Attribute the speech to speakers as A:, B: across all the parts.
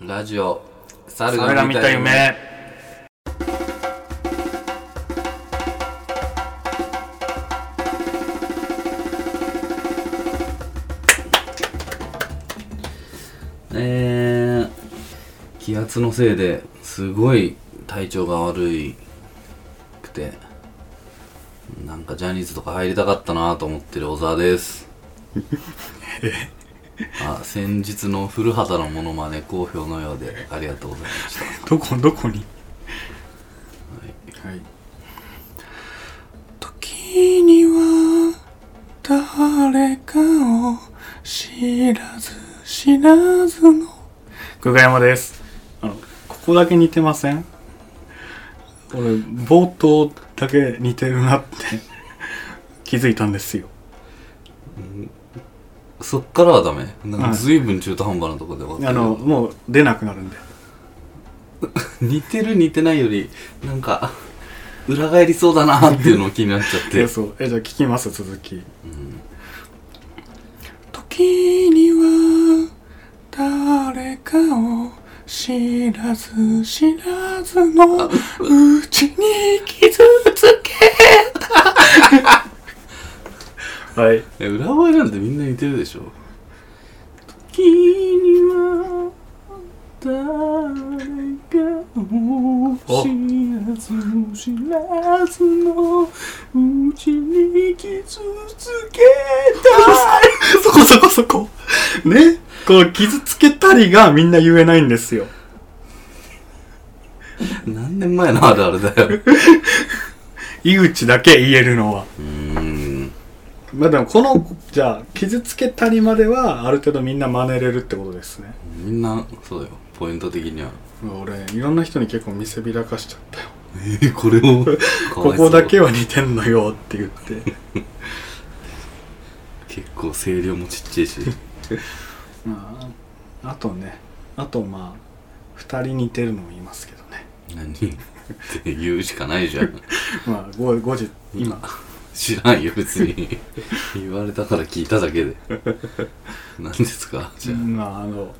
A: ラジオ、猿
B: 俺が見た夢
A: えー、気圧のせいですごい体調が悪いくて、なんかジャニーズとか入りたかったなと思ってる小沢 です。あ、先日の古畑のモノマネ好評のようでありがとうございました。
B: どこどこに
C: はい
B: 時には誰かを知らず知らずの久我山ですあのここだけ似てません俺冒頭だけ似てるなって 気づいたんですよ
A: そっからはダメなんか
B: はい
A: 随分中途半端なとこで終わった
B: あ
A: けど
B: のもう出なくなるんで
A: 似てる似てないより、なんか、裏返りそうだなっていうのを気になっちゃって
B: え。そうえじゃあ聞きます続き、時には誰かを知らず知らずのうちに傷つけた はい
A: え裏声なんてみんな似てるでしょ時には誰かを知らず知らずのうちに傷つけ
B: そこそこそこねこの傷つけたりがみんな言えないんですよ
A: た何年前のあるあるだよ
B: 井口だけ言えるのは
A: うーん
B: まあでもこのじゃあ傷つけたりまではある程度みんな真似れるってことですね
A: みんなそうだよポイント的には
B: 俺いろんな人に結構見せびらかしちゃったよ
A: えこれを
B: ここだけ
A: は
B: は似てんのよって言って
A: 結構声量もちっちゃいし
B: まああとねあとまあ2人似てるのもいますけどね
A: 何って言うしかないじゃん
B: まあ5時今
A: 知らんよ別に言われたから聞いただけで何ですかじゃあ、
B: まああの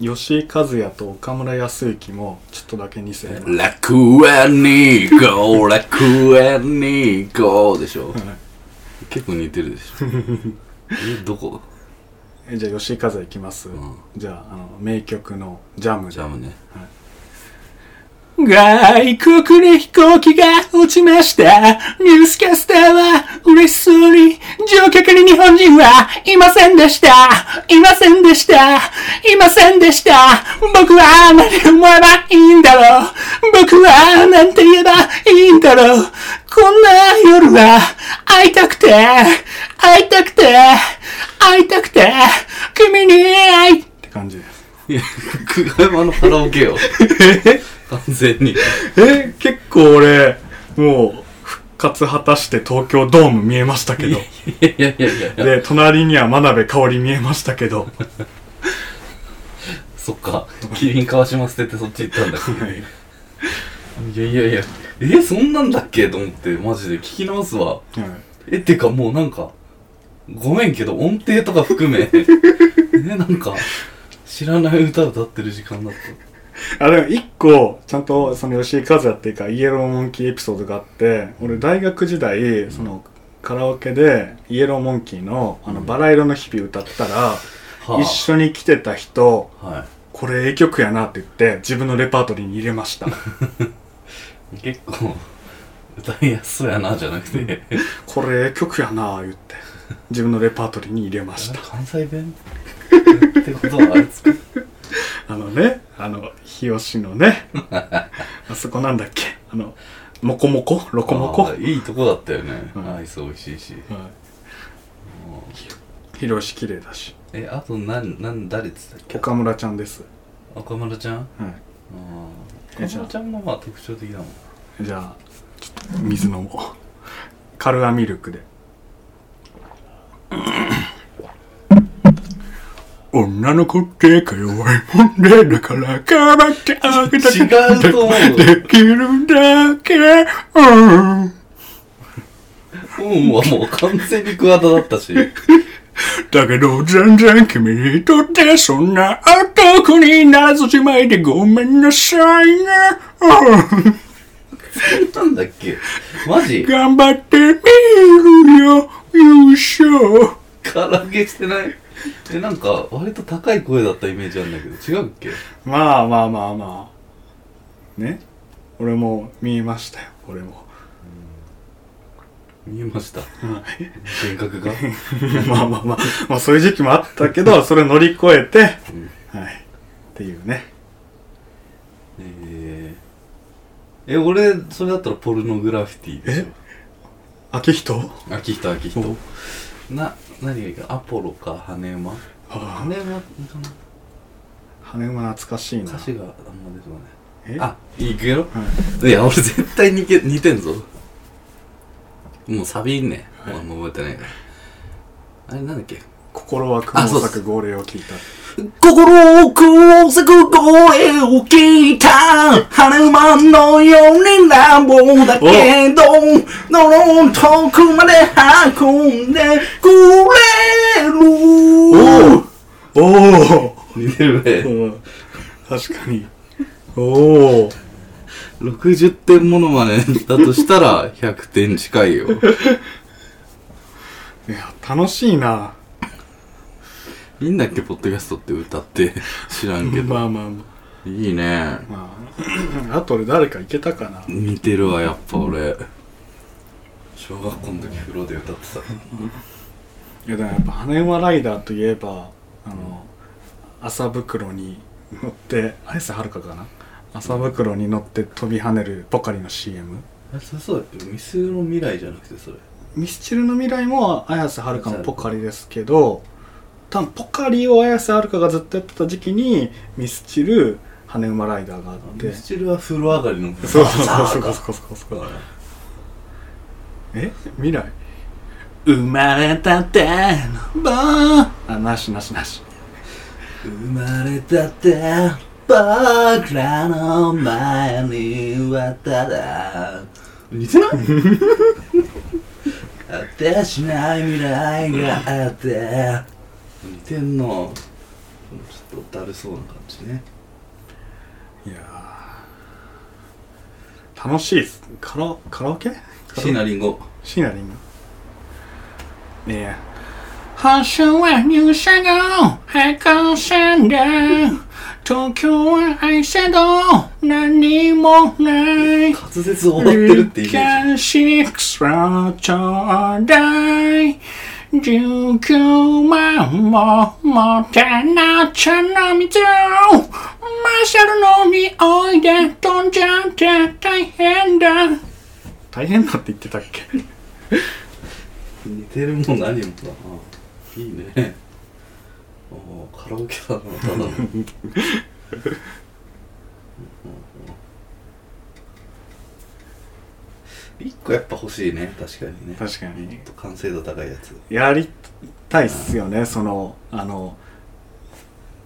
B: 吉井和也と岡村康之もちょっとだけ似せるはい
A: 楽園に行こう楽園に行こうでしょ結構似てるでしょえどこ
B: えじゃあ吉井和也いきます、
A: ん
B: じゃああの名曲の「ジャムで」
A: ジャムね
B: 外国に飛行機が落ちました。ニュースキャスターは嬉しそうに、乗客に日本人はいませんでした。いませんでした。いませんでした。僕は何を思えばいいんだろう。僕は何て言えばいいんだろう。こんな夜は会いたくて、会いたくて、会いたくて、君に会いって感じです。
A: いや久 我山のカラオケよ完全に
B: え結構俺もう復活果たして東京ドーム見えましたけど
A: いやいやいやいや
B: で隣には真鍋かおり見えましたけど
A: そっかキリン川島捨ててそっち行ったんだっ
B: はい
A: けいやいやいやえそんなんだっけと思ってマジで聞き直すわえってかもうなんかごめんけど音程とか含め ねなんか知らない歌歌ってる時間だっ
B: あでも一個ちゃんとその吉井和也っていうかイエローモンキーエピソードがあって俺大学時代そのカラオケでイエローモンキーの「あのバラ色の日々」歌ったら、
A: た、は
B: 一緒に来てた人
A: あは
B: これええ曲やなって言って自分のレパートリーに入れました
A: い、結構歌いやすそうやなじゃなくて
B: これええ曲やな言って自分のレパートリーに入れました
A: 関西弁ってことはあれですか
B: あのね、あの、日吉のね、 あそこなんだっけ、あの、モコモコロコモコ、
A: あ
B: は
A: ー
B: い、
A: いいとこだったよね、
B: うん
A: アイス美味しいし
B: 広し綺麗だし、
A: えあとなんなん誰っつったっけ
B: 岡村ちゃんです。
A: 岡村ちゃん
B: は
A: あー
B: え
A: 岡村ちゃんもまあ特徴的だもん
B: い、じゃあ、ちょっと水飲もう。カルアミルクで。 女の子ってか弱いもんでだから頑張ってあげた
A: 違うと思う
B: できるだけ、うん
A: うんはもう完全に桑田だったし
B: だけど全然君にとってそんな当た僕にならずじまいでごめんなさいね。 うん
A: 歌ったんだっけマジ
B: 頑張ってみるよ、優勝。
A: 唐揚げしてないえ、なんか、割と高い声だったイメージあるんだけど、違うっけ
B: まあまあまあまあ。ね。俺も見えましたよ、俺も。
A: 見えました。幻覚 が。
B: まあまあまあ、まあそういう時期もあったけ ど、それ乗り越えて、
A: うん
B: はい。っていうね。
A: えー、え、俺、それだったらポルノグラフィティでし
B: 秋人は
A: ょ。秋人、秋人
B: お。
A: な、何がいいかアポロか、羽馬
B: あ
A: 羽馬かな
B: 羽馬懐かしいな
A: 歌。詞があんま出てこない。
B: え
A: あ、いくよ。
B: はい
A: いや、俺絶対似て似てんぞ。もうサビいんね。
B: い
A: もう覚えてないから。あれ、なんだっけ
B: 心は雲を
A: あ
B: 咲
A: そう
B: く号令を聞いた。
A: 心を交錯声を聞いた羽馬のように乱暴だけどどの遠くまで運んでくれる
B: おお
A: 似てるね
B: お確かに。おお
A: 60点ものまねだとしたら100点近いよ
B: いや、楽しいな。
A: いいんだっけポッドキャストって歌って 知らんけど
B: まあまあま
A: いいね
B: あ。まあ、あと俺誰かいけたかな。
A: 似てるわやっぱ俺小学校の時風呂で歌って た
B: いやでもやっぱ羽馬ライダーといえばあの麻袋に乗って綾瀬はるかかな麻袋に乗って飛び跳ねるポカリの CM
A: えそれそうだっけミスの未来じゃなくてそれ
B: ミスチルの未来も綾瀬はるかのポカリですけど多分ポカリを綾瀬はるかがずっとやってた時期にミスチル羽馬ライダーがあって
A: ミスチルは風呂上がりの
B: そうそうそうそう
A: か
B: そうそうそう え未来生まれたてのバーあなしなしなし
A: 生まれたて僕らの前にはただ似てない果てしない未来があって似てんのちょっとだるそうな感じね
B: いやー楽しいっすカラカラオケ
A: 椎名林檎
B: シーナリングねえ発祥は入社後高専 で東京は愛せど何もない
A: 滑舌踊ってるってイメージ
B: シはちょうだい19万も持てな茶の水マシャルの匂いで飛んじゃって大変だ大変だって言ってたっけ
A: 似てるもん何もだないいねおーカラオケだなただの一個やっぱ欲しいね確かにね
B: 確か
A: ち
B: に
A: ょっと完成度高いやつ
B: やりたいっすよねそのあの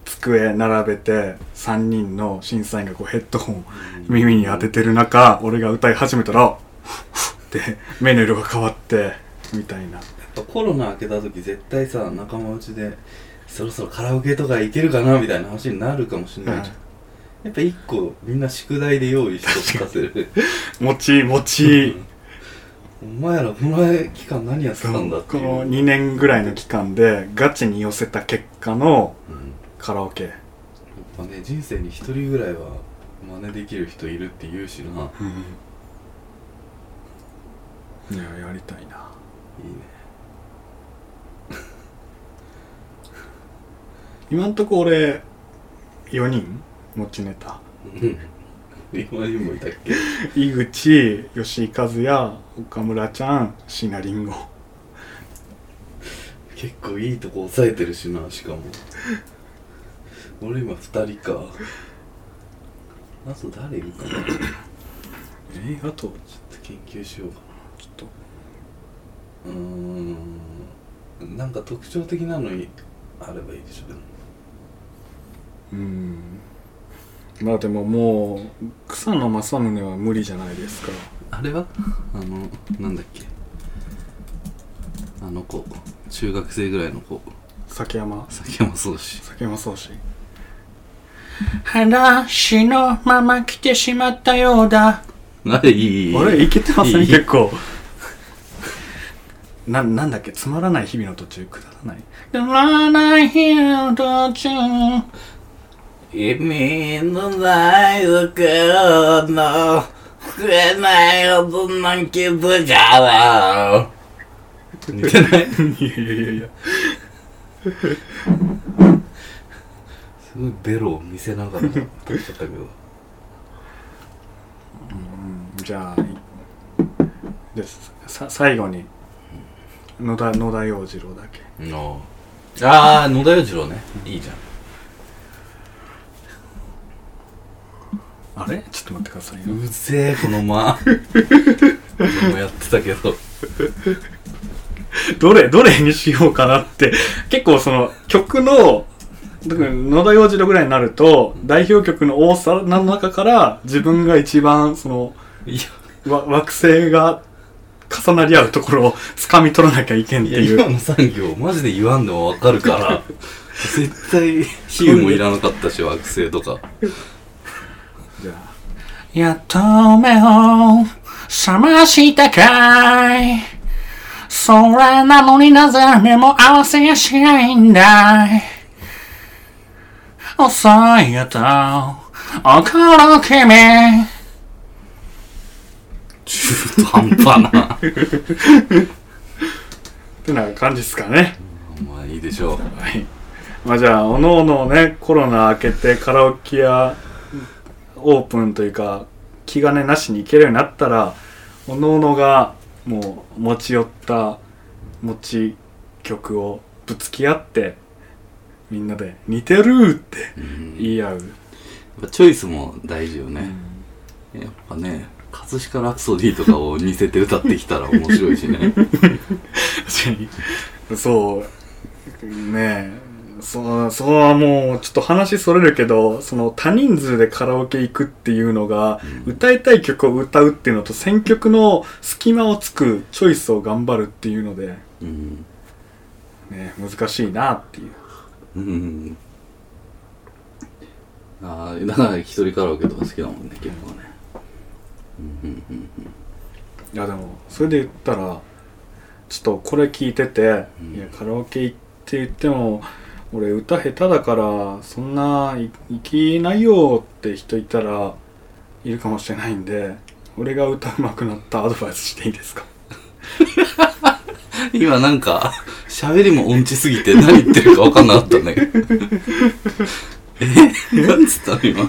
B: 机並べて3人の審査員がこうヘッドホン耳に当ててる中俺が歌い始めたら 「で目の色が変わってみたいな
A: やっぱコロナ明けた時絶対さ仲間内でそろそろカラオケとか行けるかなみたいな話になるかもしれないじゃん、
B: う
A: やっぱ一個みんな宿題で用意しておかせる
B: もちもち
A: お前らこの期間何やって
B: そ
A: たんだ
B: の
A: って
B: こ
A: いう
B: の2年ぐらいの期間でガチに寄せた結果の
A: うん
B: カラオケ
A: やっぱね人生に一人ぐらいは真似できる人いるって言うしない
B: ややりたいない
A: いね
B: 今んとこ俺4人持ちネタ
A: うん今にもいたっけ
B: 井口吉井和也岡村ちゃん椎名林檎
A: 結構いいとこ抑えてるしなしかも俺今二人かあと誰いるかなちょっ
B: えあと
A: と研究しようかなちょっとうーんなんか特徴的なのにあればいいでしょでも
B: うんまあでももう草野正宗は無理じゃないですか
A: あれはあのなんだっけあの子中学生ぐらいの子
B: 崎山
A: 酒もそうし
B: 崎山宗志
D: 話のまま来てしまったようだ。
A: ないいいい
B: あれいけてますね
A: いい
B: 結構ななんだっけつまらない日々の途中くだらない
D: くだらない日の途中。
A: 意味のないところの食えない大人気部から似てない
B: いやいやいやいや
A: すごいベロを見せながら歌っちゃったけ ど
B: じゃあいですさ最後に野田野田洋次郎だけ
A: のああ野田洋次郎ねいいじゃん
B: あれちょっと待ってくださいよ
A: うぜえこの間俺もやってたけど
B: どれど れにしようかなって結構その曲の特に野田洋次郎ぐらいになると代表曲の多さの中から自分が一番その
A: いや
B: わ惑星が重なり合うところを掴み取らなきゃいけんっ
A: い
B: て
A: や
B: いう
A: 今の産業マジで言わんでもわかるから 絶対比喩もいらなかったし惑星とか
B: じゃあ
D: やっと目を覚ましたかい。それなのになぜ目も合わせやしないんだい。遅いよと、怒る君。
A: 中途半端な
B: ってな感じですかね
A: まあいいでしょう
B: はいまあじゃあおのおのねコロナ明けてカラオケ屋オープンというか気兼ねなしに行けるようになったらおのおのがもう持ち寄った持ち曲をぶつき合ってみんなで「似てる!」って
A: うんや
B: 言い合う、
A: っぱチョイスも大事よねやっぱね葛飾ラプソディとかを似せて歌ってきたら面白いしね
B: 確かにそうねえそそれはもうちょっと話それるけどその多人数でカラオケ行くっていうのが、歌いたい曲を歌うっていうのと選曲の隙間をつくチョイスを頑張るっていうので、
A: うん、
B: ね、難しいなっていう
A: うん、ああだから一人カラオケとか好きだもんね結構ねうんうんうん
B: いやでもそれで言ったらちょっとこれ聞いてて、
A: うん
B: いやカラオケ行って言っても俺歌下手だからそんない行きないよって人いたらいるかもしれないんで俺が歌うまくなったアドバイスしていいですか
A: 今なんか、喋りも音痴すぎて何言ってるか分かんなかったね。えなんつったの今。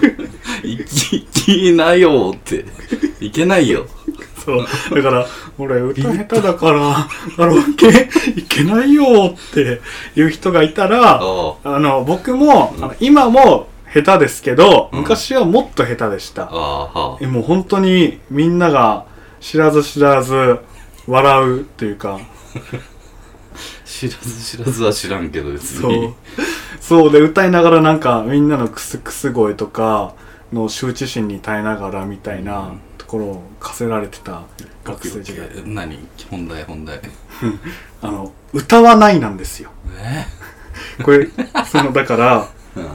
A: いき、いきなよって。いけないよ。
B: そうだから俺歌下手だからカラオケ行けないよっていう人がいたら
A: あ
B: あの僕も、あの今も下手ですけど
A: うん
B: 昔はもっと下手でした、
A: あ、ああ、
B: えもう本当にみんなが知らず知らず笑うっていうか
A: 知らず知らずは知らんけど別
B: そ
A: に
B: う。そうで歌いながらなんかみんなのクスクス声とかの羞恥心に耐えながらみたいなところを課せられてた学生時代
A: 何本題本題。
B: あの歌わないなんですよ
A: え
B: これそのだから
A: うん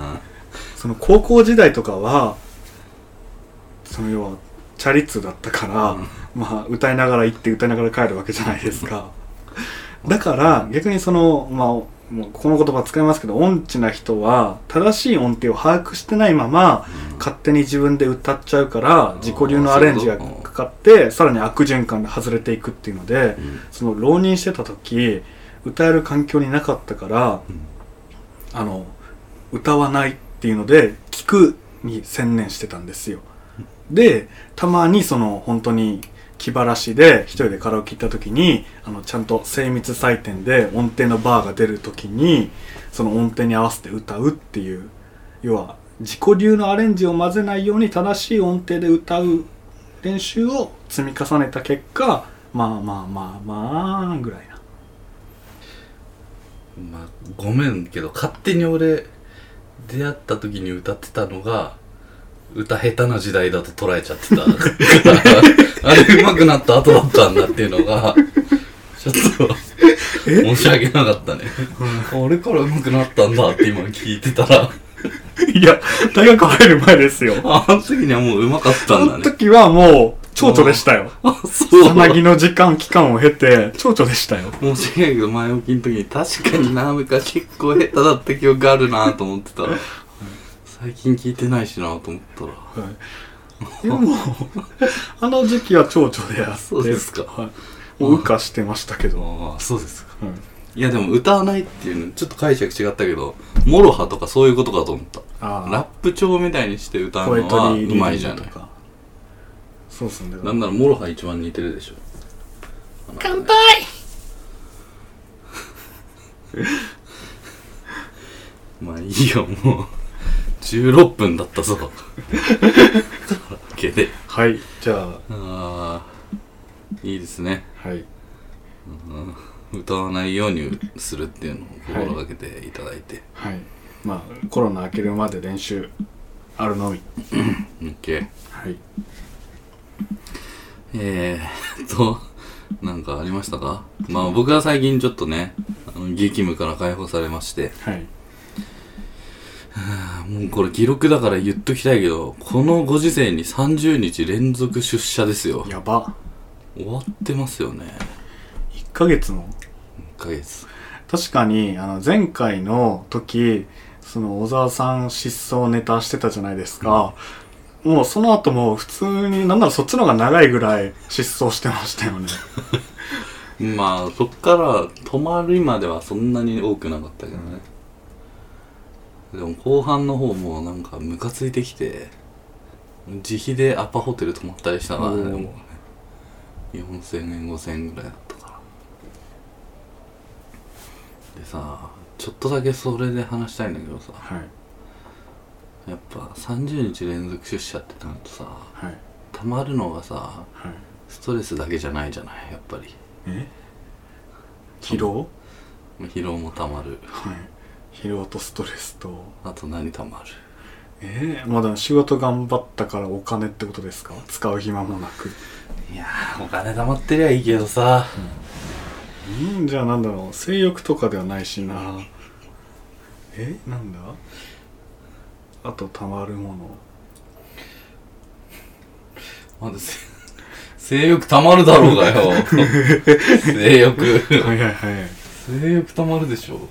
B: その高校時代とかはその要はチャリ通だったから、
A: うん
B: まあ歌いながら行って歌いながら帰るわけじゃないですかだから逆にそのまあもうこの言葉使いますけど音痴な人は正しい音程を把握してないまま勝手に自分で歌っちゃうから自己流のアレンジがかかってさらに悪循環で外れていくっていうので
A: うん
B: その浪人してた時歌える環境になかったから
A: うん
B: あの歌わないっていうので聞くに専念してたんですよでたまにその本当に気晴らしで一人でカラオケ行った時にあのちゃんと精密採点で音程のバーが出る時にその音程に合わせて歌うっていう要は自己流のアレンジを混ぜないように正しい音程で歌う練習を積み重ねた結果まあまあまあまあぐらいな
A: まあ、ごめんけど勝手に俺出会った時に歌ってたのが歌下手な時代だと捉えちゃってた あれ上手くなった後だったんだっていうのがちょっと 申し訳なかったね、俺から上手くなったんだって今聞いてたら
B: いや、大学入る前ですよ。
A: あの時にはもう上手かった
B: そ
A: ん
B: の
A: だね。
B: 時はもう、蝶々でしたよ。
A: あ、そう。
B: さなぎの時間、期間を経て、蝶々でしたよ。
A: 申し訳ないけど、前置きの時に確かにな、昔結構下手だった記憶があるなと思ってたら、最近聞いてないしなと思ったら。
B: でも、あの時期は蝶々であって。
A: そうですか
B: はい。もう、羽化してましたけど。
A: ああ、そうですか。
B: はい
A: いやでも歌わないっていうのちょっと解釈違ったけど、モロハとかそういうことかと思った。
B: あ
A: ラップ調みたいにして歌
B: ポ
A: う
B: エ
A: の
B: ト
A: は
B: リ
A: う
B: ーリ
A: まい
B: ー
A: じ
B: ディ
A: ゃ
B: ング
A: ない
B: と。か。そうっすね。
A: なんならモロハ一番似てるでしょ。
D: 乾杯
A: まあいいよ、もう。16分だったぞ。 カラオケで。
B: はい。じゃ
A: あ
B: あ、
A: あ、いいですね。
B: はい。
A: 歌わないようにするっていうのを心がけていただいて、
B: はい。まあ、コロナ明けるまで練習あるのみ。
A: OK
B: はい。
A: えー、っとなんかありましたかまあ僕は最近ちょっとねあの激務から解放されまして
B: はい。
A: あもうこれ記録だから言っときたいけどこのご時世に30日連続出社ですよ
B: やば。
A: 終わってますよね
B: 1ヶ月の
A: 1ヶ月
B: 確かに、あの、前回の時、その、小沢さん失踪ネタしてたじゃないですか。もう、その後も、普通に、なんならそっちの方が長いぐらい失踪してましたよね。
A: まあそっから泊まるまではそんなに多くなかったけどね、でも後半の方もうなんかムカついてきて自費でアパホテル泊まったりしたな
B: お
A: で
B: ー
A: もね4000円5000円ぐらいだったからでさちょっとだけそれで話したいんだけどさ
B: はい。
A: やっぱ30日連続出社ってなるとさ
B: はい。
A: 溜まるのがさ
B: はい。
A: ストレスだけじゃないじゃないやっぱり
B: え疲労
A: 疲労も溜まる
B: はい。疲労とストレスと。
A: あと何溜まる
B: えー、まだ仕事頑張ったからお金ってことですか使う暇もなく。
A: いやーお金貯まってりゃいいけどさ、
B: うん、じゃあなんだろう。性欲とかではないしな。えなんだあとたまるもの。
A: まだせ 性欲たまるだろうが よ性欲
B: はいはいはい。
A: 性欲たまるでしょ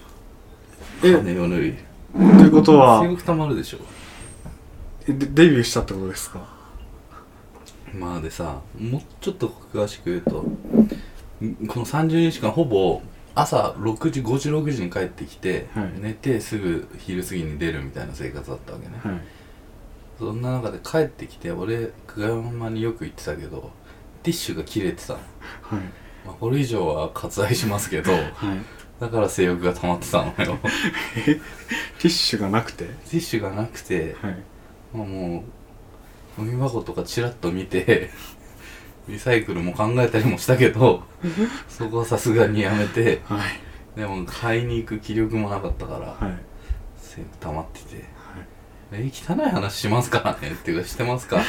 B: え
A: 羽を脱い
B: ということは
A: 性、欲たまるでしょ
B: えデデビューしたってことですか
A: まあでさもうちょっと詳しく言うとんこの30日間ほぼ朝6時5時6時に帰ってきて、
B: はい
A: 寝てすぐ昼過ぎに出るみたいな生活だったわけね、
B: はい。
A: そんな中で帰ってきて俺久我山によく行ってたけどティッシュが切れてたの
B: はい。
A: まあ、これ以上は割愛しますけ ど
B: はい。
A: だから性欲が溜まってたのよテ
B: ティッシュがなくて
A: ィッシュがなくて、
B: はい。
A: まあ、もうゴミ箱とかチラッと見てリサイクルも考えたりもしたけどそこはさすがにやめて
B: はい。
A: でも買いに行く気力もなかったから
B: はい。
A: 性欲溜まってて「え汚い話しますからね」っていうかしてますからね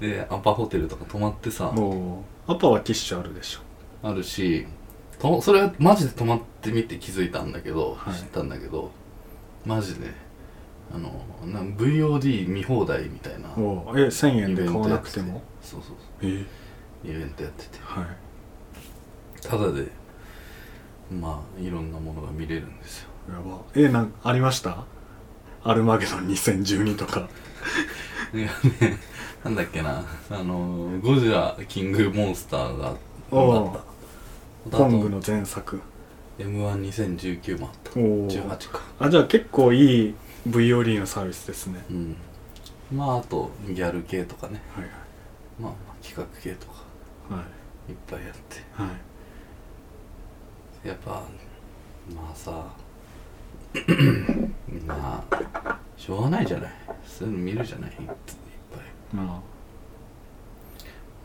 A: でアパホテルとか泊まってさ
B: もう、アパはティッシュあるでしょ。
A: あるしとそれはマジで止まってみて気づいたんだけど、
B: はい
A: 知ったんだけどマジであのなん VOD 見放題みたいな
B: おうえ、1000円
A: イベ
B: で
A: ン
B: 買わ
A: トや
B: な
A: っ
B: く
A: て
B: て
A: て
B: も
A: そうそうそ
B: え
A: うイベントやってて
B: はい。
A: ただでまあいろんなものが見れるんですよ
B: やばえなんかありましたアルマゲドン2012とか
A: いやね なんだっけなあのゴジラキングモンスターが
B: おう
A: あった
B: コ
A: あ
B: ング
A: と
B: の前作
A: m 1 2 0 1 9もあった
B: おお
A: 18か
B: あじゃあ結構いい VOD のサービスですね
A: うんまああとギャル系とかね
B: はい
A: まあ、まあ企画系とか
B: はい
A: いっぱいやって
B: はいはい
A: やっぱまあさまあしょうがないじゃないそういうの見るじゃないいっぱい
B: ま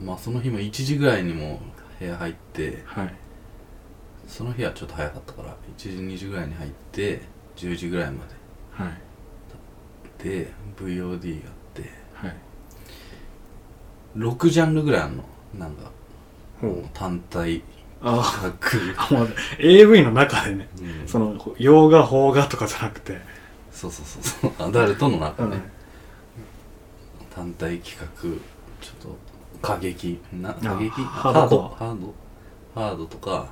A: まあその日も1時ぐらいにも部屋入って
B: あはい
A: その日はちょっと早かったから1時2時ぐらいに入って10時ぐらいま
B: はい
A: でで VOD やって
B: はい
A: 6ジャンルぐらいあんのなんか
B: おう
A: 単体
B: あ
A: 企画、
B: あ、まあ、AV の中でね
A: うん
B: その洋画邦画とかじゃなくて
A: そうそうそうそうアダルトの中
B: うん
A: ね、単体企画ちょっと過激な過激
B: ハードコ
A: ハードハードとか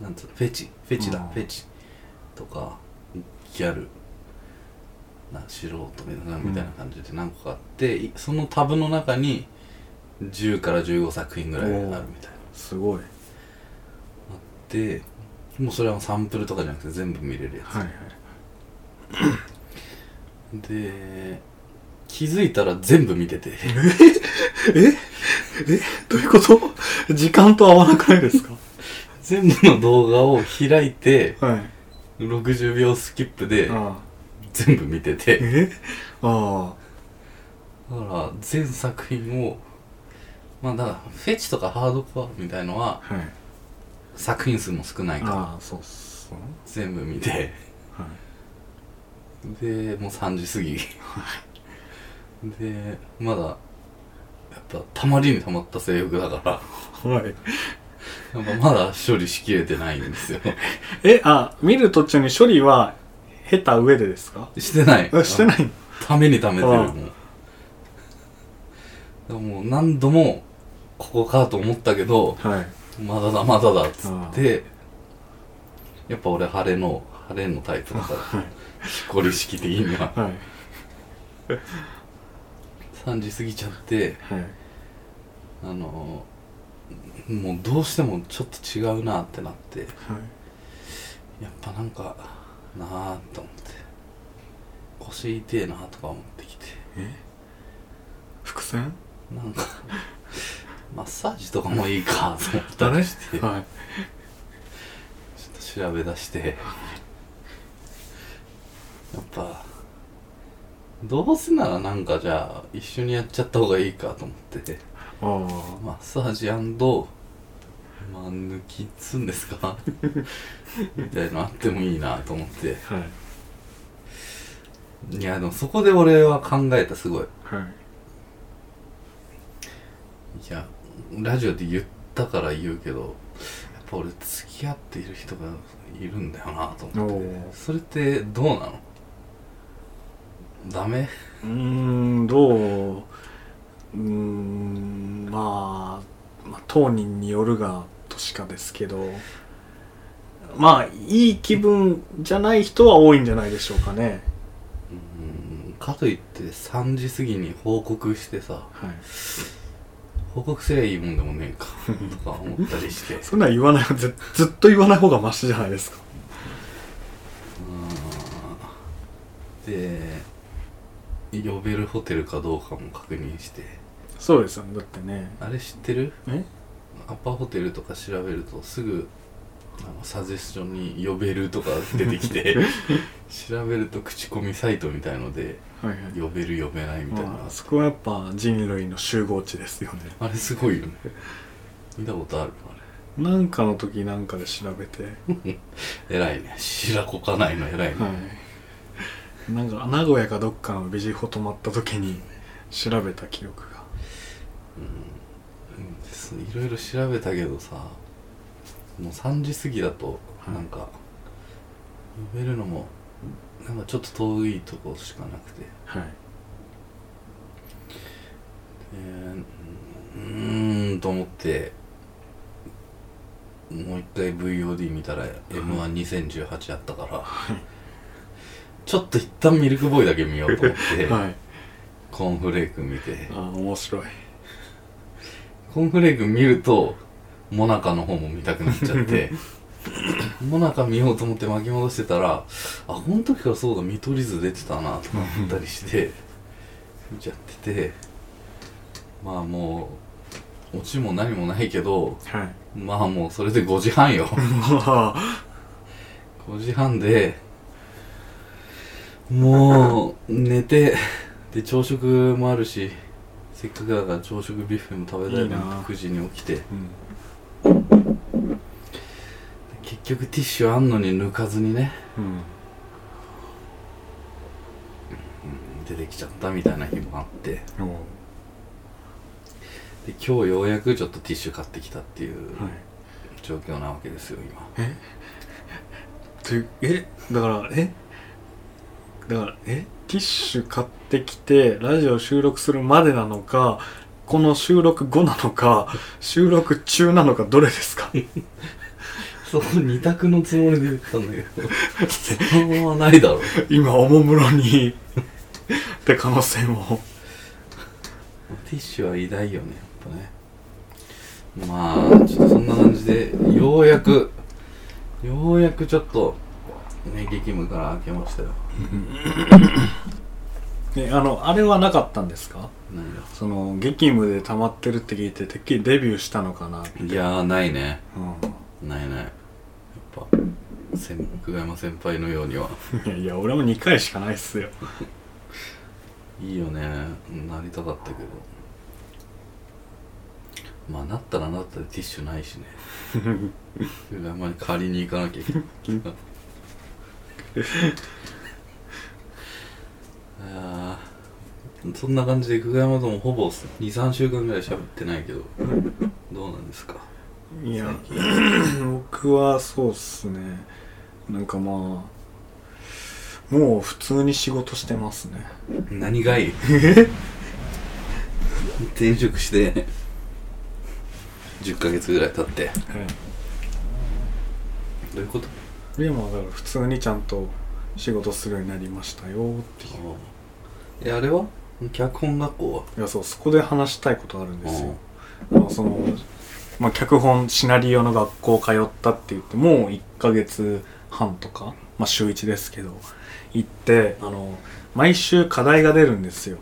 A: なんつうのフェチフェチだ、
B: うん
A: フェチとかギャルな素人みたいなみたいな感じで何個かあって、いそのタブの中に10から15作品ぐらいあるみたいな
B: すごい
A: でもうそれはサンプルとかじゃなくて全部見れるやつ、
B: はいはい
A: で気づいたら全部見て て
B: どういうこと時間と合わなくないですか
A: 全部の動画を開いて
B: はい
A: 60秒スキップで
B: ああ
A: 全部見ててだか
B: えあ
A: ら全作品をまあだからフェチとかハードコアみたいのは
B: あはい
A: 作品数も少ないから
B: ああそうっすね
A: 全部見て
B: はい
A: でもう3時過ぎでまだやっぱたまりにたまった制服だから
B: はい。
A: やっぱまだ処理しきれてないんです よ
B: え、あ、見る途中に処理は、経た上でですか
A: してない
B: え、してないの
A: ためにためてる
B: ああ
A: もうだからもう何度もここかと思ったけど
B: はい。
A: まだだまだだっつってやっぱ俺晴れの晴れのタイプだ からしこり式的には
B: はい。
A: 3時過ぎちゃって
B: はい。
A: あのーもうどうしてもちょっと違うなってなって
B: はい。
A: やっぱなんかなあと思って腰痛えなとか思ってきて
B: え伏線
A: なん かマッサージとかもいいかと思った
B: 誰
A: りしてちょっ
B: はい。
A: と調べ出して やっぱどうせならなんかじゃあ一緒にやっちゃった方がいいかと思って
B: ああ。
A: マッサージまあ抜きっつうんですかみたいなのあってもいいなと思って
B: はい。
A: いやでもそこで俺は考えたすごい
B: はい。
A: いやラジオで言ったから言うけどやっぱ俺付き合っている人がいるんだよなと
B: お
A: 思っ
B: ー
A: てそれってどうなのダメ
B: うーん、どううーん、まあ、まあ、当人によるが、としかですけど、まあ、いい気分じゃない人は多いんじゃないでしょうかね。
A: うんかといって3時過ぎに報告してさ
B: はい。
A: 報告すりゃいいもんでもねえかとか思ったりして
B: そんなん言わないずずっと言わない方がマシじゃないですか
A: で呼べるホテルかどうかも確認して
B: そうですよねだってね
A: あれ知ってる
B: え
A: アパホテルとか調べるとすぐあのサジェスションに呼べるとか出てき て調べると口コミサイトみたいので
B: はい
A: 呼べる呼べないみたいな
B: まあ、そこはやっぱ人類の集合地ですよね
A: あれすごいよね見たことあるあ
B: なんかの時なんかで調べて
A: れ偉いね白子かないの偉いね、
B: はいなんか名古屋かどっかのビジホ泊まった時に調べた記憶が
A: うんですいろいろ調べたけどさもう3時過ぎだと
B: はい
A: なんか呼べるのもなんかちょっと遠いとこしかなくて
B: はい
A: えー、うーんと思ってもう一回 VOD 見たら m 1 2 0 1 8あったから、ちょっと一旦ミルクボーイだけ見ようと思って、
B: はい
A: コーンフレーク見て
B: あ面白い
A: コーンフレーク見るとモナカの方も見たくなっちゃって モナカ見ようと思って巻き戻してたらあこの時からそうだ見取り図出てたなとか思ったりして見ちゃっててまあもうオチも何もないけど
B: はい
A: まあもうそれで5時半 よ5時半でもう寝てで朝食もあるしせっかくだから朝食ビュッフェも食べたいない
B: いな
A: 9時に起きて
B: うん
A: 結局ティッシュあんのに抜かずにね
B: うん
A: 出てきちゃったみたいな日もあってで
B: お
A: 今日ようやくちょっとティッシュ買ってきたっていう
B: はい
A: 状況なわけですよ今
B: というえだからえだからえティッシュ買ってきてラジオ収録するまでなのかこの収録後なのか収録中なのかどれです か
A: その二択のつもりで言ったんだけどそのままないだろ
B: 今おもむろにって可能性も
A: ティッシュは偉大よねやっぱねまあちょっとそんな感じでようやくようやくちょっとね激務から明けましたよ
B: ねあのあれはなかったんですか
A: 何が
B: その激務で溜まってるって聞いててっきりデビューしたのかなって、
A: いやーないね
B: う
A: ないないやっぱ先久我山先輩のようには
B: ん、いやいや俺も2回しかないっすよ
A: いいよねなりたかったけどまあなったらなったでティッシュないしね久我山に借りに行かなきゃいけないあーそんな感じで久我山ともほぼ23週間ぐらい喋ってないけどどうなんですか
B: いや僕はそうっすねなんかまあもう普通に仕事してますね
A: 何がいい転職して10ヶ月ぐらい経って
B: は
A: どういうこと
B: いでもだから普通にちゃんと仕事するようになりましたよっていう
A: えあれは脚本学校はい
B: やそうそこで話したいことあるんです
A: うん
B: よあのそのまあ脚本シナリオの学校通ったって言ってもう1ヶ月半とかまあ週1ですけど行ってあの毎週課題が出るんですよ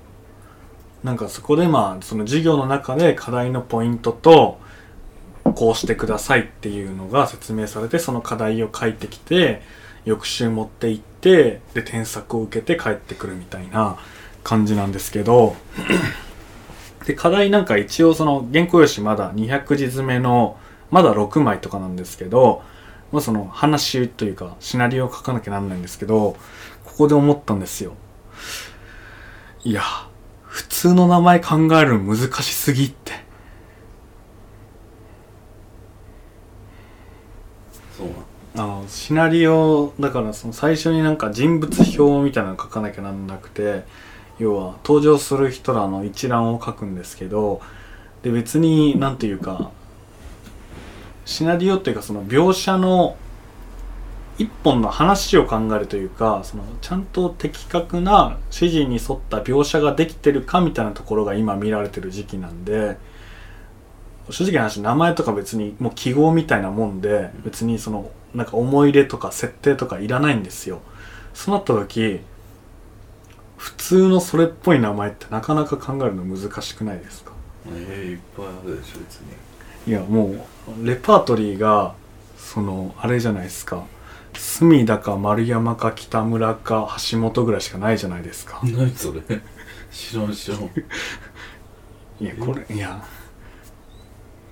B: なんかそこでまあその授業の中で課題のポイントとこうしてくださいっていうのが説明されてその課題を書いてきて翌週持って行ってで添削を受けて帰ってくるみたいな感じなんですけどで課題なんか一応その原稿用紙まだ200字詰めのまだ6枚とかなんですけどもうその話というかシナリオを書かなきゃなんないんですけどここで思ったんですよいや普通の名前考えるの難しすぎって
A: そうなん
B: あのシナリオだからその最初になんか人物表みたいなの書かなきゃなんなくて要は登場する人らの一覧を書くんですけどで別になんていうかシナリオっていうかその描写の一本の話を考えるというかそのちゃんと的確な指示に沿った描写ができてるかみたいなところが今見られてる時期なんで正直な話名前とか別にもう記号みたいなもんで別にそのなんか思い入れとか設定とかいらないんですよそうなった時普通のそれっぽい名前ってなかなか考えるの難しくないですか
A: ええいっぱいあるでしょ別に
B: いやもうレパートリーがそのあれじゃないですか隅田か丸山か北村か橋本ぐらいしかないじゃないですか
A: 何それ知らん知らん
B: いやこれいや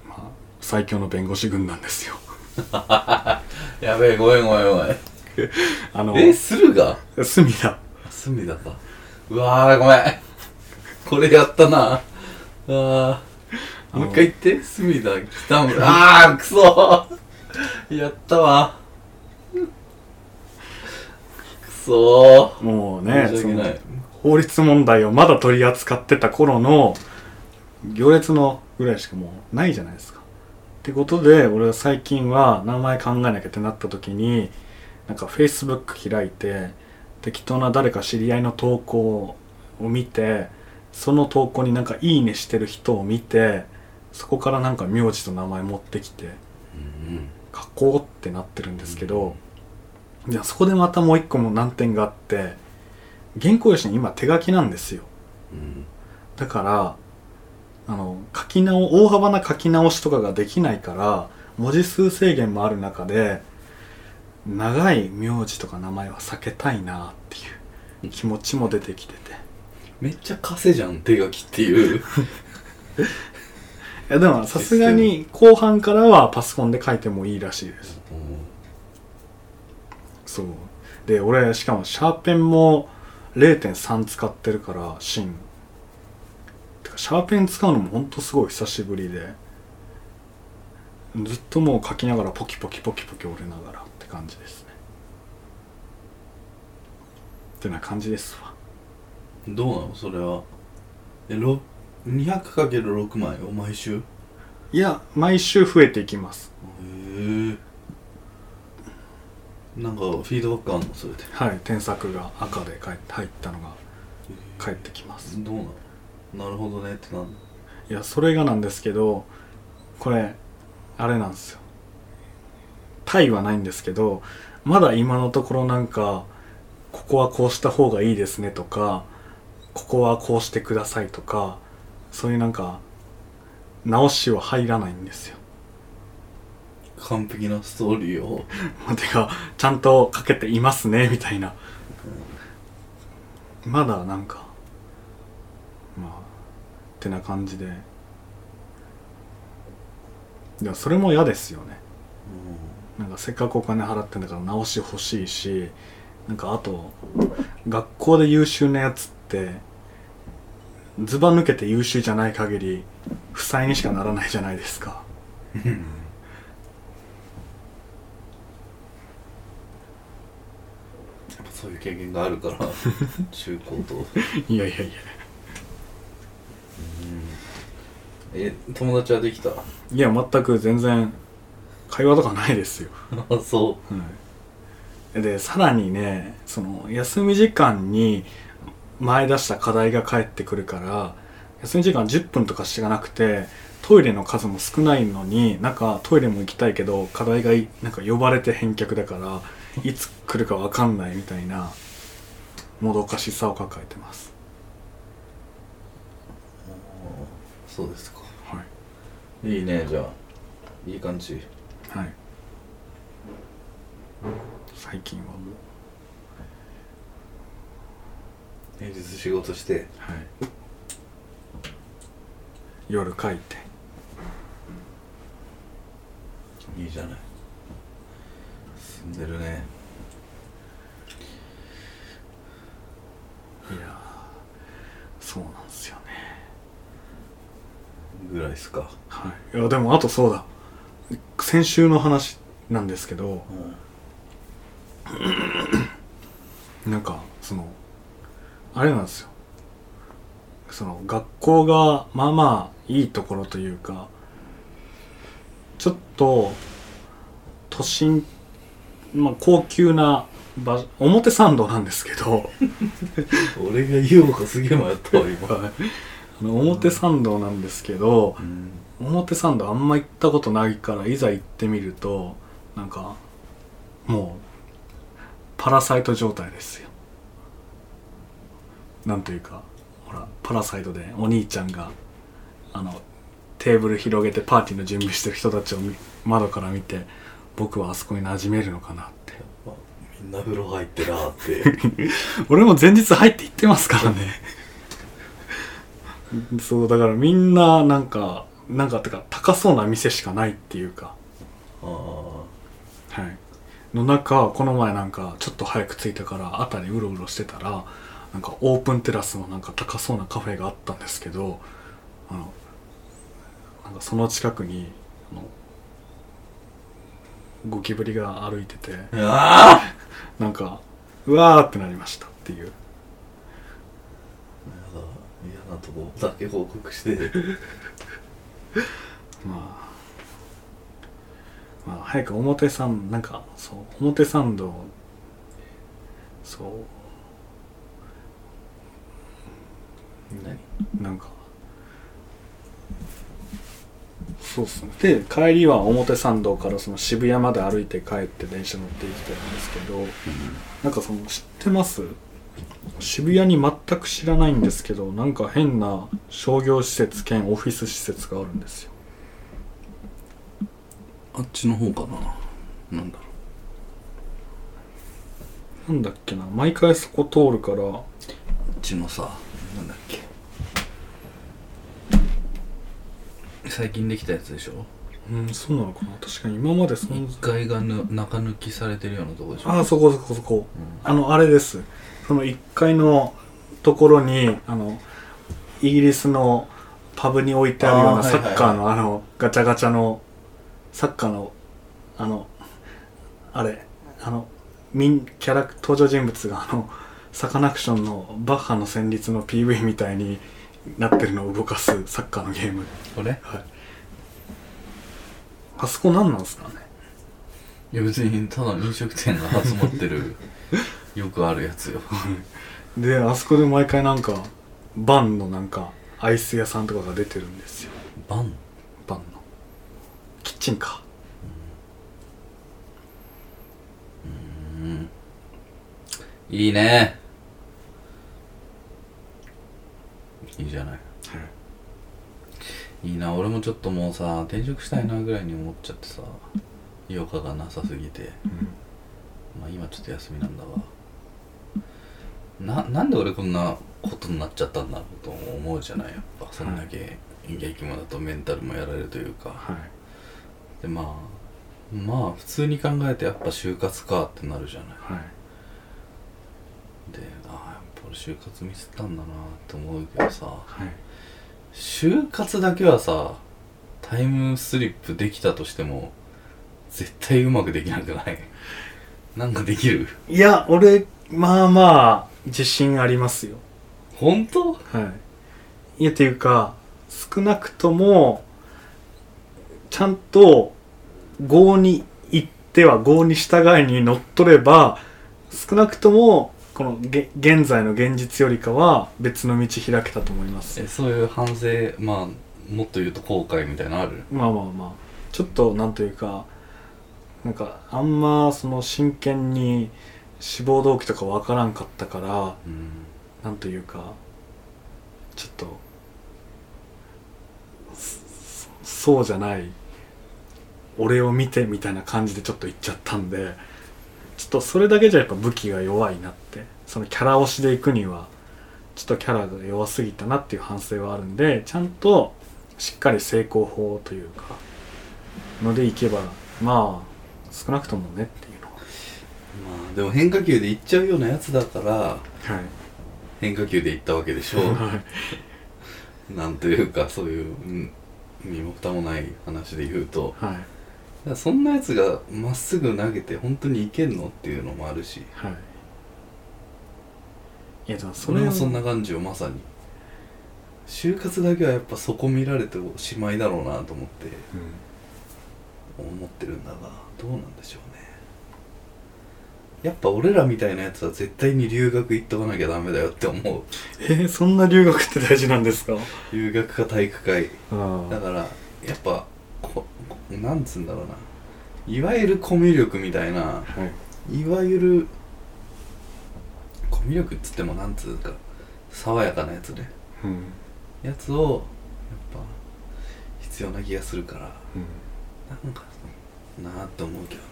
B: まあ最強の弁護士軍団ですよ
A: やべえごめんごめんごめん
B: あの
A: え駿河
B: 隅田
A: 隅田かうわーごめんこれやったなあー
B: の
A: もう一回言って隅田北村ああくそーやったわくそ
B: も
A: ー
B: うね
A: 申し
B: そ
A: 訳
B: の
A: ない
B: 法律問題をまだ取り扱ってた頃の行列のぐらいしかもうないじゃないですか。ってことで俺は最近は名前考えなきゃってなった時になんか Facebook 開いて適当な誰か知り合いの投稿を見てその投稿になんか「いいね」してる人を見てそこからなんか名字と名前持ってきて
A: うん
B: 書こうってなってるんですけど、じゃあそこでまたもう一個も難点があって原稿用紙に今手書きなんですよ
A: うん
B: だからあの書き直大幅な書き直しとかができないから文字数制限もある中で長い名字とか名前は避けたいなっていう気持ちも出てきてて
A: めっちゃ稼じゃん手書きっていう
B: いやでもさすがに後半からはパソコンで書いてもいいらしいですそうで俺しかもシャーペンも0.3使ってるから芯てかシャーペン使うのもほんとすごい久しぶりでずっともう書きながらポキポキポキポキ折れながらって感じですねってな感じですわ
A: どうなのそれはえろ 200×6 枚を毎週へ
B: いや毎週増えていきます
A: えなんかフィードバックあんのそれで
B: はい添削が赤で返入ったのが返ってきます
A: どうなのなるほどねってなん
B: いやそれがなんですけどこれあれなんですよタイはないんですけどまだ今のところなんかここはこうした方がいいですねとかここはこうしてくださいとかそういうなんか直しは入らないんですよ。
A: 完璧なストーリーを
B: てかちゃんと書けていますねみたいなまだなんかまあってな感じででもそれも嫌ですよねなんかせっかくお金払ってんだから直し欲しいしなんかあと学校で優秀なやつってずば抜けて優秀じゃない限り負債にしかならないじゃないですか
A: やっぱそういう経験があるから中高と
B: いやいやいや
A: え友達はできた
B: いや全く全然会話とかないですよ
A: あそ
B: はい、でさらにねその休み時間に前出した課題が返ってくるから休み時間10分とかしかなくてトイレの数も少ないのになんかトイレも行きたいけど課題がいなんか呼ばれて返却だからいつ来るか分かんないみたいなもどかしさを抱えてます、
A: うそうですか
B: はい
A: いねじゃあいい感じ
B: はい、最近はも
A: 平日仕事して
B: う、はい、夜書いて
A: いいじゃない進んでるね
B: いやーそうなんですよね
A: ぐらいっすか
B: はいいやでもあとそうだ先週の話なんですけどなんかそのあれなんですよその学校がまあまあいいところというかちょっと都心まあ高級な場所表参道なんですけど
A: 俺が言おうかすげえ迷ったわ今
B: あの表参道なんですけど、
A: うん
B: 表参道あんま行ったことないからいざ行ってみるとなんかもうパラサイト状態ですよなんというかほらパラサイトでお兄ちゃんがあのテーブル広げてパーティーの準備してる人たちを見窓から見て僕はあそこに馴染めるのかなって
A: まあみんな風呂入ってなー って
B: 俺も前日入って行ってますからね そうだからみんななんかなんかてか高そうな店しかないっていうか
A: ああ
B: はい、の中この前なんかちょっと早く着いたから辺りうろうろしてたらなんかオープンテラスのなんか高そうなカフェがあったんですけどあのなんかその近くにあのゴキブリが歩いてて
A: あ
B: なんかうわーってなりましたっていう
A: あやだ嫌なとこだけ報告して
B: まあ、まあ、早く表参なんかそう表参道そう
A: 何
B: なんかそうっすねで帰りは表参道からその渋谷まで歩いて帰って電車乗って行きたいんですけど、なんかその知ってます渋谷に全く知らないんですけどなんか変な商業施設兼オフィス施設があるんですよ
A: あっちの方かななんだろ
B: なんだっけな毎回そこ通るから
A: うあっちのさなんだっけ最近できたやつでしょ
B: うんそうなのかな確かに今までそん
A: 1階がぬ中抜きされてるようなとこでしょ
B: ああそこそこそこ
A: うん
B: あのあれですその1階のところにあのイギリスのパブに置いてあるよう
A: あー
B: な
A: はい
B: サ
A: はいはい
B: ッカーのあ,、のガチャガチャのサッカーのあのあれあのみんキャラク登場人物があのサカナクションのバッハの旋律の PV みたいになってるのを動かすサッカーのゲーム
A: これ
B: はいあそこ何なんすかね
A: いや別にただ飲食店が集まって るよくあるやつよ
B: であそこで毎回なんかバンのなんかアイス屋さんとかが出てるんですよ
A: バン
B: バンのキッチンか
A: うんいいねいいじゃないいいな俺もちょっともうさ転職したいなぐらいに思っちゃってさ余暇がなさすぎてまあ今ちょっと休みなんだわななんで俺こんなことになっちゃったんだろうと思うじゃないやっぱそんだけ演劇もだとメンタルもやられるというか、
B: はい
A: でまあまあ普通に考えてやっぱ就活かってなるじゃない
B: はい
A: でああやっぱ俺就活ミスったんだなって思うけどさ
B: はい
A: 就活だけはさタイムスリップできたとしても絶対うまくできなくない なんかできる
B: いや俺まあまあ自信ありますよ
A: 本当
B: はいいやっていうか少なくともちゃんと合に行っては合に従いに乗っ取れば少なくともこのげ現在の現実よりかは別の道開けたと思います
A: えそういう反省まあもっと言うと後悔みたいなのある
B: まあまあまあちょっとなんというかなんかあんまその真剣に志望動機とかわからんかったから
A: うん
B: なんというかちょっとそそうじゃない俺を見てみたいな感じでちょっと言っちゃったんでちょっとそれだけじゃやっぱ武器が弱いなってそのキャラ推しでいくにはちょっとキャラが弱すぎたなっていう反省はあるんでちゃんとしっかり成功法というかのでいけばまあ少なくともねっていうの
A: まあでも変化球でいっちゃうようなやつだから
B: は
A: 変化球でいったわけでし ょ
B: はい
A: なんというかそういう、うん、身も蓋もない話で言うと
B: はい
A: だからそんなやつがまっすぐ投げて本当にいけんのっていうのもあるし
B: はいいやでもそ
A: そ
B: れ
A: れ
B: は
A: もそんな感じをまさに就活だけはやっぱそこ見られておしまいだろうなと思って
B: うん
A: 思ってるんだがどうなんでしょうねやっぱ俺らみたいなやつは絶対に留学行っとかなきゃダメだよって思う
B: えー、そんな留学って大事なんですか
A: 留学か体育会
B: あ
A: だ
B: ー
A: からやっぱここなんつうんだろうないわゆるコミュ力みたいな
B: はい
A: いわゆるコミュ力っつってもなんつうか爽やかなやつね
B: うん
A: やつをやっぱ必要な気がするから
B: うん
A: なんかなあって思うけどね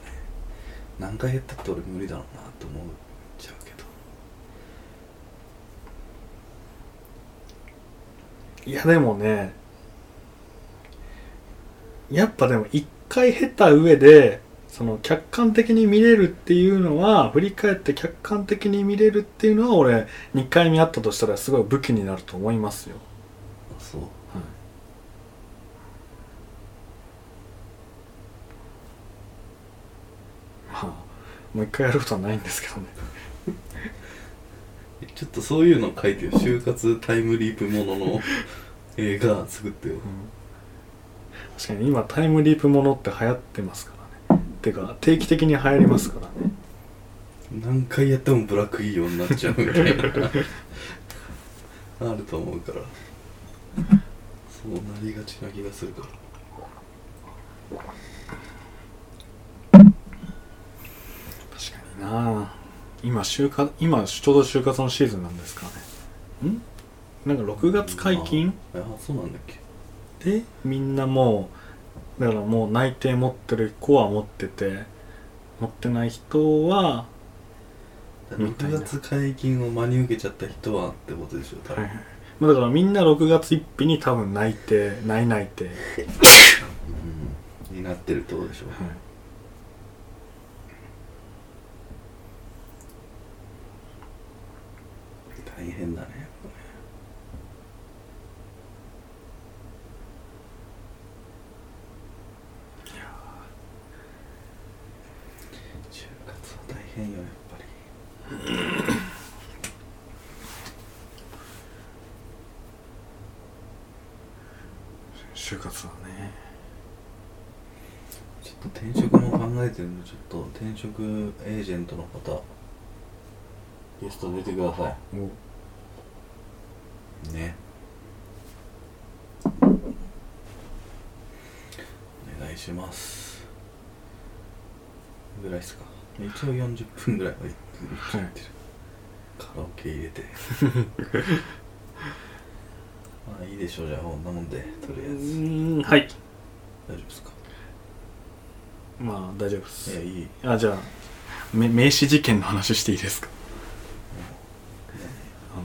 A: 何回やったって俺無理だろうなって思っちゃうけど
B: いやでもねやっぱでも一回経た上でその客観的に見れるっていうのは振り返って客観的に見れるっていうのは俺2回目あったとしたらすごい武器になると思いますよ
A: あそう
B: まあもう一回やることはないんですけどね
A: えちょっとそういうの書いてよ就活タイムリープものの映画作ってよ
B: 確かに今タイムリープものって流行ってますからねてか定期的に流行りますからね
A: 何回やってもブラック企業になっちゃうみたいなあると思うからそうなりがちな気がするから
B: 確かにな今就活今ちょうど就活のシーズンなんですかねんなんか6月解禁
A: ああそうなんだっけ
B: でみんなもうだからもう内定持ってる子は持ってて持ってない人はみたいな
A: 6月解禁を真に受けちゃった人はってことでしょ多分、
B: まあだからみんな6月1日に多分内定ない内定、
A: うん、になってるってことでしょ、大変だねやっぱね就活は大変よやっぱり
B: 就活はね
E: ちょっと転職も考えてるんで、ちょっと転職エージェントの方、ゲスト出てくださ
B: もう
E: い。ね。お願いします。ぐらいですか。一応40分ぐらいは行ってる。カラオケ入れ て。まあいいでしょう、じゃあ、こんなもんで、とりあえず。
B: んはい
E: 大丈夫ですか
B: まあ大丈夫です
E: いや、いい。
B: あじゃあめ名刺事件の話していいですかあ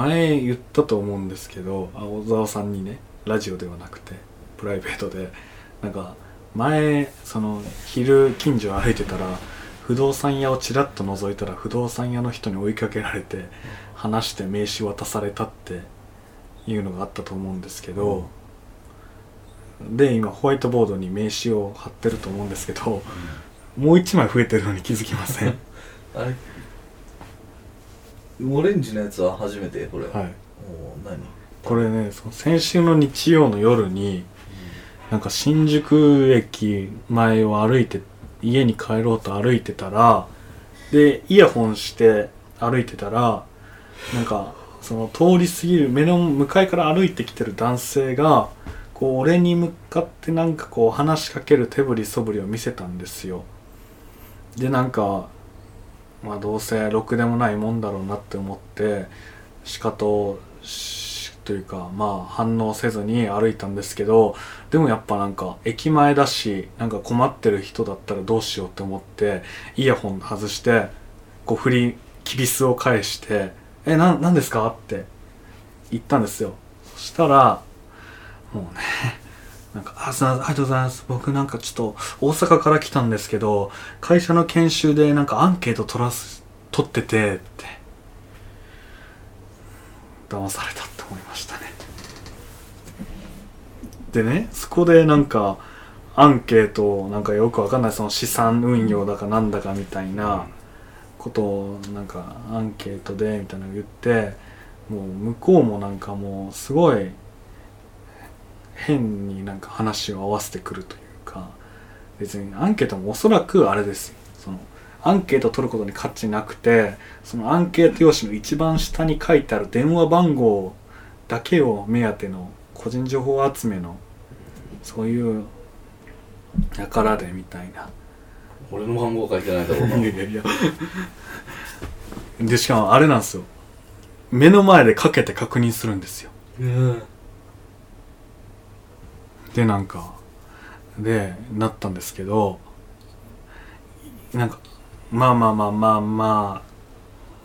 B: の前言ったと思うんですけどあ小沢さんにねラジオではなくてプライベートでなんか前その昼近所歩いてたら不動産屋をちらっと覗いたら不動産屋の人に追いかけられて話して名刺渡されたっていうのがあったと思うんですけど、で今ホワイトボードに名刺を貼ってると思うんですけどもう一枚増えてるのに気づきません
E: あれオレンジのやつは初めてこれ、お
B: はい
E: おー何
B: これねその先週の日曜の夜になんか新宿駅前を歩いて家に帰ろうと歩いてたらでイヤホンして歩いてたらなんかその通り過ぎる目の向かいから歩いてきてる男性がこう俺に向かってなんかこう話しかける手振りそぶりを見せたんですよでなんかまあどうせろくでもないもんだろうなって思って仕方しというかまあ反応せずに歩いたんですけどでもやっぱなんか駅前だしなんか困ってる人だったらどうしようって思ってイヤホン外してこう振りきびすを返して「えななんですか?」って言ったんですよそしたらもうね なんかあすいませんありがとうございます僕なんかちょっと大阪から来たんですけど会社の研修でなんかアンケート取らす取っててって騙されたって思いましたねでねそこでなんかアンケートをなんかよくわかんないその資産運用だかなんだかみたいなことをなんかアンケートでみたいなの言ってもう向こうもなんかもうすごい変になんか話を合わせてくるというか別にアンケートもおそらくあれですよそのアンケート取ることに価値なくてそのアンケート用紙の一番下に書いてある電話番号だけを目当ての個人情報集めのそういう輩でみたいな
E: 俺の番号書いてないだろ うな
B: いやいやいやでしかもあれなんですよ目の前でかけて確認するんですよ
E: うん
B: でなんかでなったんですけどなんかまあまあまあまあま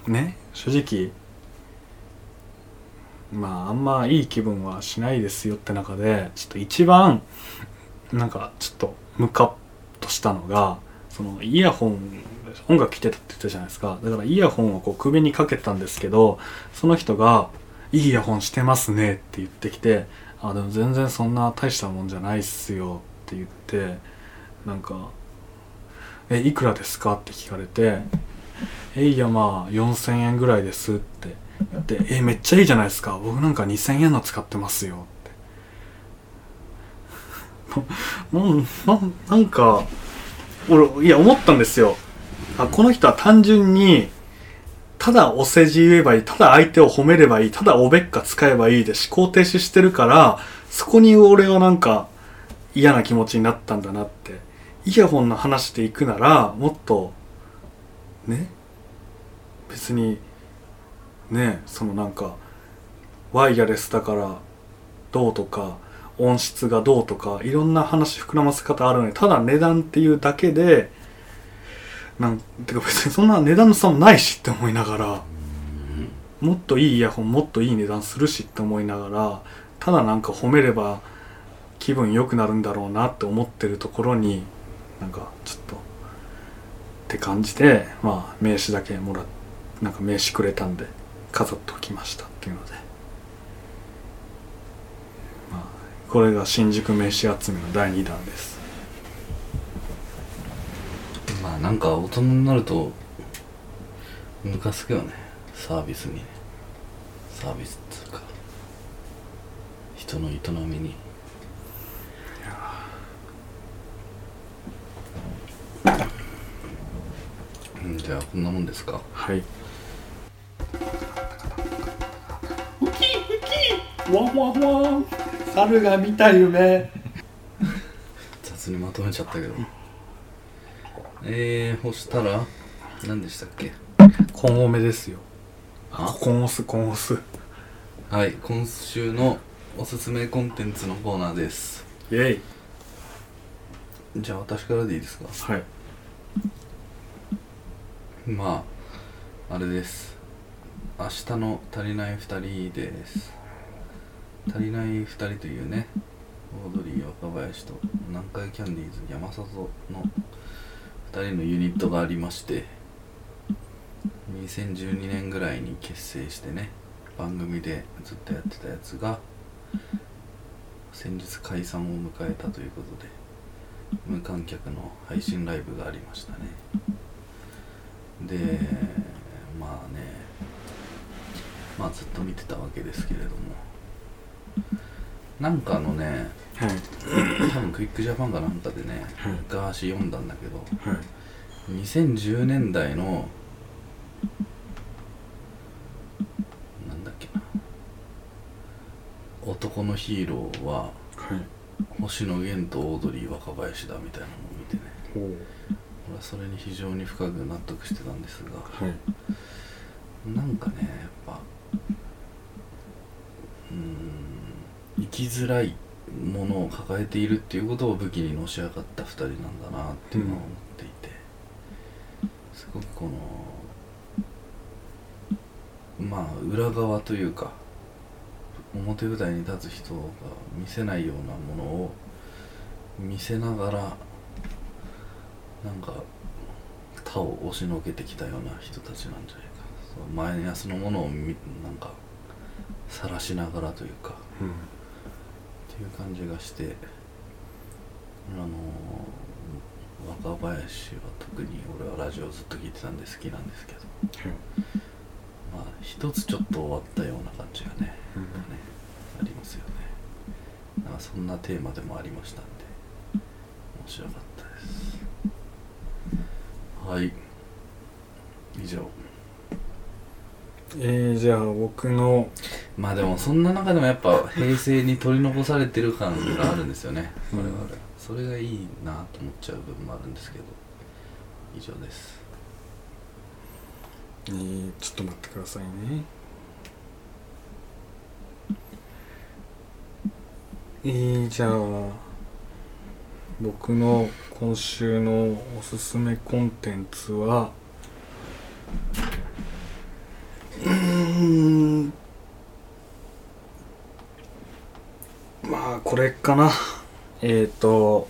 B: あね正直まああんまいい気分はしないですよって中でちょっと一番なんかちょっとムカッとしたのがそのイヤホン音楽聴いてたって言ったじゃないですかだからイヤホンをこう首にかけてたんですけどその人が「いいイヤホンしてますね」って言ってきて「あでも全然そんな大したもんじゃないっすよ」って言ってなんか「えいくらですか?」って聞かれて「えいやまあ4,000円ぐらいです」って言って「えめっちゃいいじゃないですか僕なんか2,000円の使ってますよ」ってなななんか俺いや思ったんですよあこの人は単純にただお世辞言えばいい、ただ相手を褒めればいい、ただおべっか使えばいいで思考停止してるから、そこに俺はなんか嫌な気持ちになったんだなって。イヤホンの話で行くなら、もっと、ね別に、ねそのなんか、ワイヤレスだからどうとか、音質がどうとか、いろんな話膨らませ方あるのに、ただ値段っていうだけで、なんてか別にそんな値段の差もないしって思いながらもっといいイヤホンもっといい値段するしって思いながらただなんか褒めれば気分良くなるんだろうなって思ってるところになんかちょっとって感じでまあ名刺だけもらっなんか名刺くれたんで飾っておきましたっていうのでまあこれが新宿名刺集めの第2弾です
E: まあなんか大人になるとムカつくよねサービスにねサービスっつうか人
A: 人の営みにうんじゃあこんなもんですか
B: はい
F: ウキウキワンワンワン猿が見た夢
A: 雑にまとめちゃったけどえー、そしたら何でしたっけ
B: コンオメですよ
A: あ
B: コンオスコンオス
A: はい今週のおすすめコンテンツのコーナーです
B: イェイ
A: じゃあ私からでいいですか
B: はい
A: まああれです明日の足りない2人です足りない2人というねオードリー若林と南海キャンディーズ山里の2人のユニットがありまして2012年ぐらいに結成してね番組でずっとやってたやつが先日解散を迎えたということで無観客の配信ライブがありましたねでまあねまあずっと見てたわけですけれどもなんかあのね
B: はい
A: 多分クイックジャパンかなんかでね
B: はい
A: 昔読んだんだけど
B: はい
A: 2010年代のなんだっけな男のヒーローは
B: はい
A: 星野源とオードリー若林だみたいなのを見てね
B: おー
A: 俺はそれに非常に深く納得してたんですが
B: はい
A: なんかねやっぱうーん生きづらいものを抱えているっていうことを武器にのし上がった2人なんだなっていうのは思っていて、すごくこのまあ裏側というか表舞台に立つ人が見せないようなものを見せながらなんか他を押しのけてきたような人たちなんじゃないかそうマイナスのものをみなんか晒しながらというか
B: うん
A: っていう感じがしてあのー若林は特に俺はラジオずっと聞いてたんで好きなんですけど
B: は
A: まあ
B: い
A: 一つちょっと終わったような感じがねね
B: うん
A: ありますよねなんかそんなテーマでもありましたんで面白かったですはい以上
B: えー、じゃあ僕の
A: まあでもそんな中でもやっぱ平成に取り残されてる感があるんですよね
B: うん
A: 我々それがいいなと思っちゃう部分もあるんですけど以上です
B: えーちょっと待ってくださいねえー、じゃあ僕の今週のおすすめコンテンツはうーんまあこれかなえっ、ー、と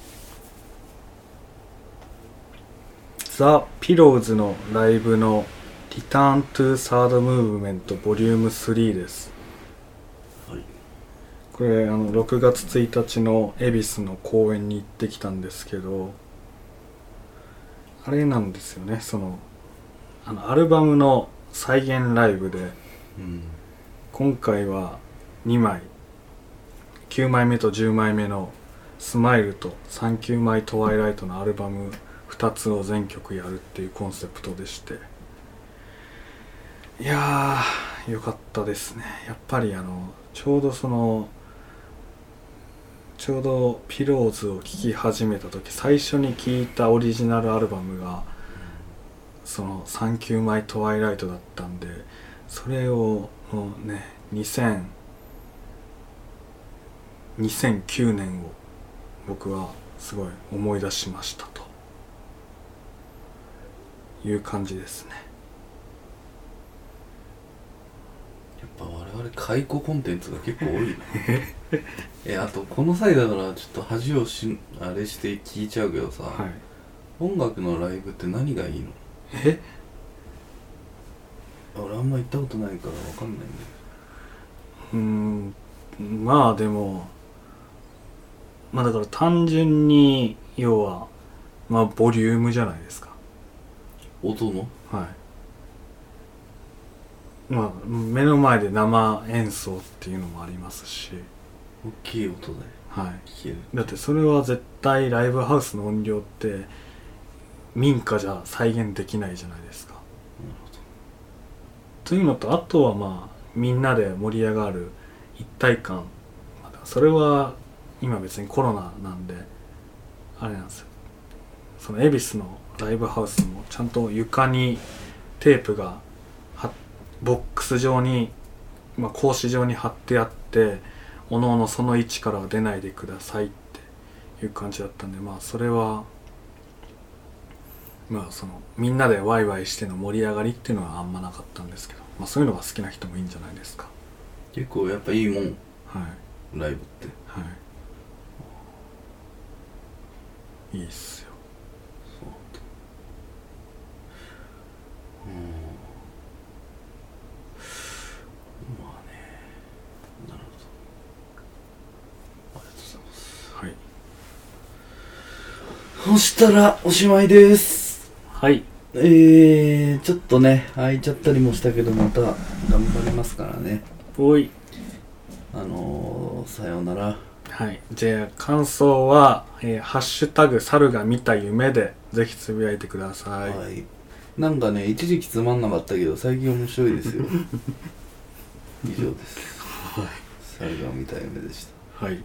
B: ザ・ピローズのライブのリターントゥサードムーブメントボリューム3です。
A: はい
B: これあの6月1日の恵比寿の公演に行ってきたんですけど、あれなんですよね。そのあのアルバムの再現ライブで
A: うん
B: 今回は2枚9枚目と10枚目の「スマイルと「サンキューマイトワイライト」のアルバム2つを全曲やるっていうコンセプトでしていやーよかったですねやっぱりあのちょうどそのちょうどピローズを聴き始めた時最初に聴いたオリジナルアルバムがその「サンキューマイトワイライト」だったんでそれをもうね2000 2009年を僕はすごい思い出しましたという感じですね
A: やっぱ我々解雇コンテンツが結構多いな えあとこの際だからちょっと恥をしあれして聞いちゃうけどさ、
B: はい
A: 音楽のライブって何がいいの
B: え
A: 俺あんま行ったことないから分かんないんだ
B: うーんまあでもまあだから単純に要はまあボリュームじゃないですか
A: けど音の
B: はいまあ目の前で生演奏っていうのもありますし
A: 大きい音で
B: はい
A: 聞ける
B: だってそれは絶対ライブハウスの音量って民家じゃ再現できないじゃないですかというのとあとはまあみんなで盛り上がる一体感まあそれは今別にコロナなんであれなんですよその恵比寿のライブハウスもちゃんと床にテープがはボックス状に、まあ、格子状に貼ってあっておのおのその位置からは出ないでくださいっていう感じだったんでまあそれはまあそのみんなでワイワイしての盛り上がりっていうのはあんまなかったんですけど、まあ、そういうのが好きな人もいいんじゃないですか
A: 結構やっぱいいもん
B: はい
A: ライブって
B: はいいいっすよ
A: まあねなるほどありがとうございます
B: はい
A: そしたらおしまいです
B: はい
A: えー、ちょっとね開いちゃったりもしたけどまた頑張りますからね
B: おい
A: あのー、さようなら
B: はいじゃあ感想は「えーハッシュタグ猿が見た夢」でぜひつぶやいてください、
A: はい、なんかね一時期つまんなかったけど最近面白いです よ以上です、はい、猿が見た夢でした
B: はい